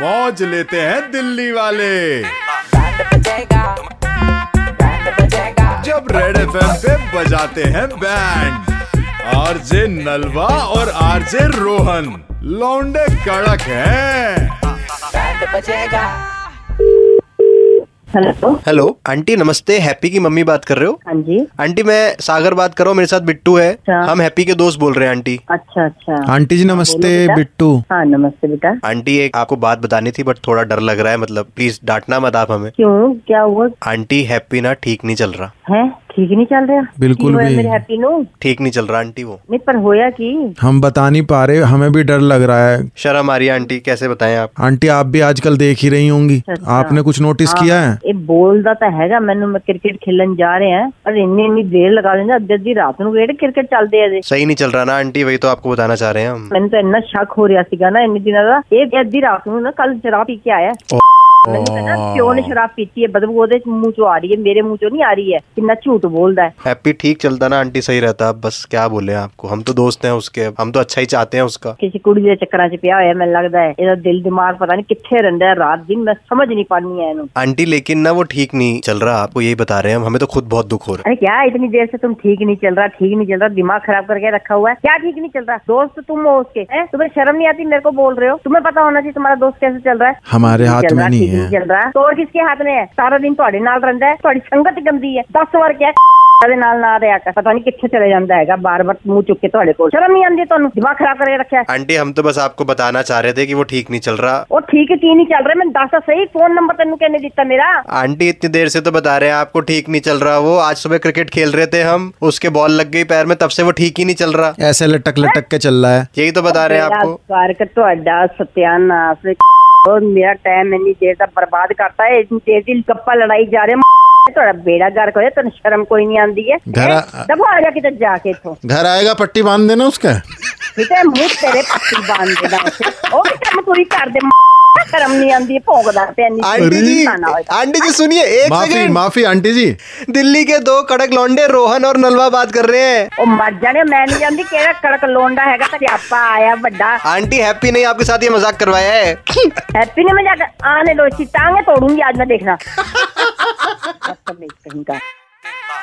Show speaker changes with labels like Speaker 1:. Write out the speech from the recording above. Speaker 1: मौज लेते हैं दिल्ली वाले जब रेड एफ पे बजाते हैं बैंड आरजे नलवा और आरजे रोहन लौंडे कड़क हैं
Speaker 2: हेलो
Speaker 3: हेलो आंटी नमस्ते हैप्पी की मम्मी बात कर रहे हो
Speaker 2: हाँ जी
Speaker 3: आंटी मैं सागर बात कर रहा हूँ मेरे साथ बिट्टू है
Speaker 2: अच्छा।
Speaker 3: हम हैप्पी के दोस्त बोल रहे हैं आंटी
Speaker 2: अच्छा अच्छा
Speaker 4: आंटी जी नमस्ते
Speaker 2: बोलो बेटा।
Speaker 4: बिट्टू
Speaker 2: हाँ नमस्ते बेटा
Speaker 3: आंटी एक आपको बात बतानी थी बट थोड़ा डर लग रहा है मतलब प्लीज डांटना मत आप हमें
Speaker 2: क्यों क्या हुआ
Speaker 3: आंटी हैप्पी ना ठीक नहीं चल रहा
Speaker 2: है ठीक नहीं चल रहा
Speaker 4: बिल्कुल
Speaker 2: क्यों है
Speaker 4: भी।
Speaker 2: मेरे हैप्पी नो
Speaker 3: ठीक नहीं चल रहा आंटी वो
Speaker 2: नहीं पर होया कि
Speaker 4: हम बता नहीं पा रहे हमें भी डर लग रहा है
Speaker 3: शर्म आ रही है आंटी कैसे बताएं आप
Speaker 4: आंटी आप भी आजकल देख ही रही होंगी आपने कुछ नोटिस किया है
Speaker 2: ਇਹ ਬੋਲਦਾ हाँ, ਤਾਂ ਹੈਗਾ ਮੈਨੂੰ ਮੈਂ ਕ੍ਰਿਕਟ ਖੇਲਣ ਜਾ ਰਿਹਾ ਹਾਂ ਪਰ ਇੰਨੀ ਇੰਨੀ ਦੇਰ ਲਗਾ ਲੈਂਦਾ ਅੱਧੀ ਅੱਧੀ ਰਾਤ ਨੂੰ ਕਿਹੜੇ ਕ੍ਰਿਕਟ ਚੱਲਦੇ ਆ ਜੇ
Speaker 3: सही नहीं चल रहा ना आंटी वही तो आपको बताना चाह रहे हैं हम
Speaker 2: ਮੈਨੂੰ ਤਾਂ ਇੰਨਾ ਸ਼ੱਕ ਹੋ ਰਿਹਾ ਸੀਗਾ ਨਾ ਇੰਨੇ ਦਿਨਾਂ ਦਾ ਇਹ ਅੱਧੀ ਰਾਤ ਨੂੰ ਨਾ ਕੱਲ ਸ਼ਰਾਬ ਪੀ ਕੇ ਆਇਆ ਮੈਨੂੰ ਕਹਿੰਦਾ ਕਿਉਂ ਨੇ ਸ਼ਰਾਬ ਪੀਤੀ ਹੈ ਬਦਬੂ ਉਹਦੇ ਮੂੰਹ ਚੋਂ ਆ ਰਹੀ ਹੈ ਮੇਰੇ ਮੂੰਹ ਚੋਂ ਨਹੀਂ ਆ ਰਹੀ ਹੈ ਕਿੰਨਾ ਝੂਠ ਬੋਲਦਾ ਹੈ
Speaker 3: हैप्पी ठीक चलता ना आंटी सही रहता आप बस क्या बोले आपको हम तो दोस्त हैं उसके हम तो अच्छा ही चाहते हैं उसका
Speaker 2: ਕਿਸੇ ਕੁੜੀ ਦੇ ਚੱਕਰਾਂ 'ਚ ਪਿਆ ਹੋਇਆ ਮੈਨੂੰ ਲੱਗਦਾ ਹੈ ਇਹਦਾ ਦਿਲ ਦਿਮਾਗ ਪਤਾ ਨਹੀਂ ਕਿੱਥੇ ਰਹਿੰਦਾ ਹੈ ਰਾਤ ਦਿਨ ਮੈਂ ਸਮਝ ਨਹੀਂ ਪਾਉਂਦੀ ਐ ਇਹਨੂੰ
Speaker 3: आंटी लेकिन ना वो ठीक नहीं चल रहा आपको यही बता रहे हैं हम हमें तो खुद बहुत दुख हो रहा है
Speaker 2: अरे क्या इतनी देर से तुम ठीक नहीं चल रहा ठीक नहीं चल रहा दिमाग खराब करके रखा हुआ है क्या ठीक नहीं चल रहा दोस्त तुम हो उसके हैं? तुम्हें शर्म नहीं आती मेरे को बोल रहे हो तुम्हें पता होना चाहिए तुम्हारा दोस्त कैसे चल रहा है
Speaker 4: हमारे
Speaker 2: ठीक
Speaker 4: हाथ
Speaker 2: चल
Speaker 4: में
Speaker 2: रहा,
Speaker 4: नहीं
Speaker 2: ठीक
Speaker 4: है
Speaker 2: चल रहा तो और किसके हाथ में है सारा दिन ਤੁਹਾਡੇ ਨਾਲ ਰਹਿੰਦਾ ਹੈ ਤੁਹਾਡੀ ਸੰਗਤ ਗੰਦੀ ਹੈ ਦਸ ਵਾਰ ਕਿਹਾ ਦੇ ਨਾਲ ਨਾ ਰਿਹਾ ਕਰ ਪਤਾ ਨਹੀਂ ਕਿੱਥੇ ਚਲੇ ਜਾਂਦਾ ਹੈਗਾ ਬਾਰ ਬਾਰ ਮੂੰਹ ਚੁੱਕ ਕੇ ਤੁਹਾਡੇ ਕੋਲ ਸ਼ਰਮ ਨਹੀਂ ਆਉਂਦੀ ਤੁਹਾਨੂੰ ਦਿਮਾਗ ਖਰਾਬ ਕਰਕੇ ਰੱਖਿਆ ਹੈ।
Speaker 3: आंटी हम तो बस आपको बताना चाह रहे थे कि वो ठीक नहीं चल रहा
Speaker 2: ਉਹ ਠੀਕ ਕੀ ਨਹੀਂ ਚੱਲ ਰਿਹਾ ਮੈਨੂੰ ਦੱਸ ਤਾਂ ਸਹੀ ਫੋਨ ਨੰਬਰ ਤੈਨੂੰ ਕਿਹਨੇ ਦਿੱਤਾ ਮੇਰਾ
Speaker 3: आंटी इतनी देर से तो बता रहे हैं आपको ठीक नहीं चल रहा वो आज सुबह क्रिकेट खेल रहे थे हम उसके बॉल लग गई पैर में तब से वो ठीक ही नहीं चल रहा
Speaker 4: ऐसे लटक लटक के चल रहा है
Speaker 3: यही तो बता रहे हैं
Speaker 2: ਮੇਰਾ
Speaker 3: आपको
Speaker 2: ਕਰਕੇ ਤੁਹਾਡਾ ਸਤਿਆਨਾਸ ਔਰ ਮੇਰਾ ਟਾਈਮ ਇੰਨੀ ਦੇਰ ਦਾ ਬਰਬਾਦ ਕਰਤਾ ਹੈ ਇੰਨੀ ਦੇਰ ਦੀ ਗੱਪਾ ਲੜਾਈ ਜਾ ਰਹੇ ਤੁਹਾਡਾ ਬੇੜਾ ਗਰਕ ਹੋਇਆ ਤੈਨੂੰ ਸ਼ਰਮ ਕੋਈ ਨਹੀਂ ਆਉਂਦੀ ਹੈ
Speaker 4: ਘਰ ਆ-
Speaker 2: ਹੈਂ? ਦਬਾ ਆ ਜਾ ਕਿਤੇ ਜਾ ਕੇ ਇੱਥੋਂ
Speaker 4: घर आएगा पट्टी बांध देना उसका
Speaker 2: ਕਿਤੇ ਮੂੰਹ ਤੇਰੇ ਪੱਤੀ ਬੰਨ ਦੇਣਾ ਇੱਥੇ। ਉਹ ਵੀ ਕੰਮ ਪੂਰੀ ਕਰ ਦੇ ਸ਼ਰਮ ਨਹੀਂ ਆਉਂਦੀ ਭੌਂਕਦਾ ਪਿਆ ਨਹੀਂ
Speaker 3: आंटी जी आंटी जी सुनिए एक
Speaker 4: माफी
Speaker 3: सेकंड
Speaker 4: माफी आंटी जी
Speaker 3: दिल्ली के दो कड़क लौंडे रोहन और नलवा बात कर रहे हैं
Speaker 2: ਉਹ ਮਰ ਜਾਣੇ ਮੈਂ ਨਹੀਂ ਜਾਂਦੀ ਕਿਹੜਾ ਕੜਕ लोंडा ਹੈਗਾ ਤੇ ਆਪਾ ਆਇਆ ਵੱਡਾ
Speaker 3: आंटी हैप्पी ने आपके साथ ये मजाक करवाया है
Speaker 2: हैप्पी ने मैं जाकर आने दो इसकी टांगे तोड़ूंगी आज मैं देखना बदतमीज कहीं का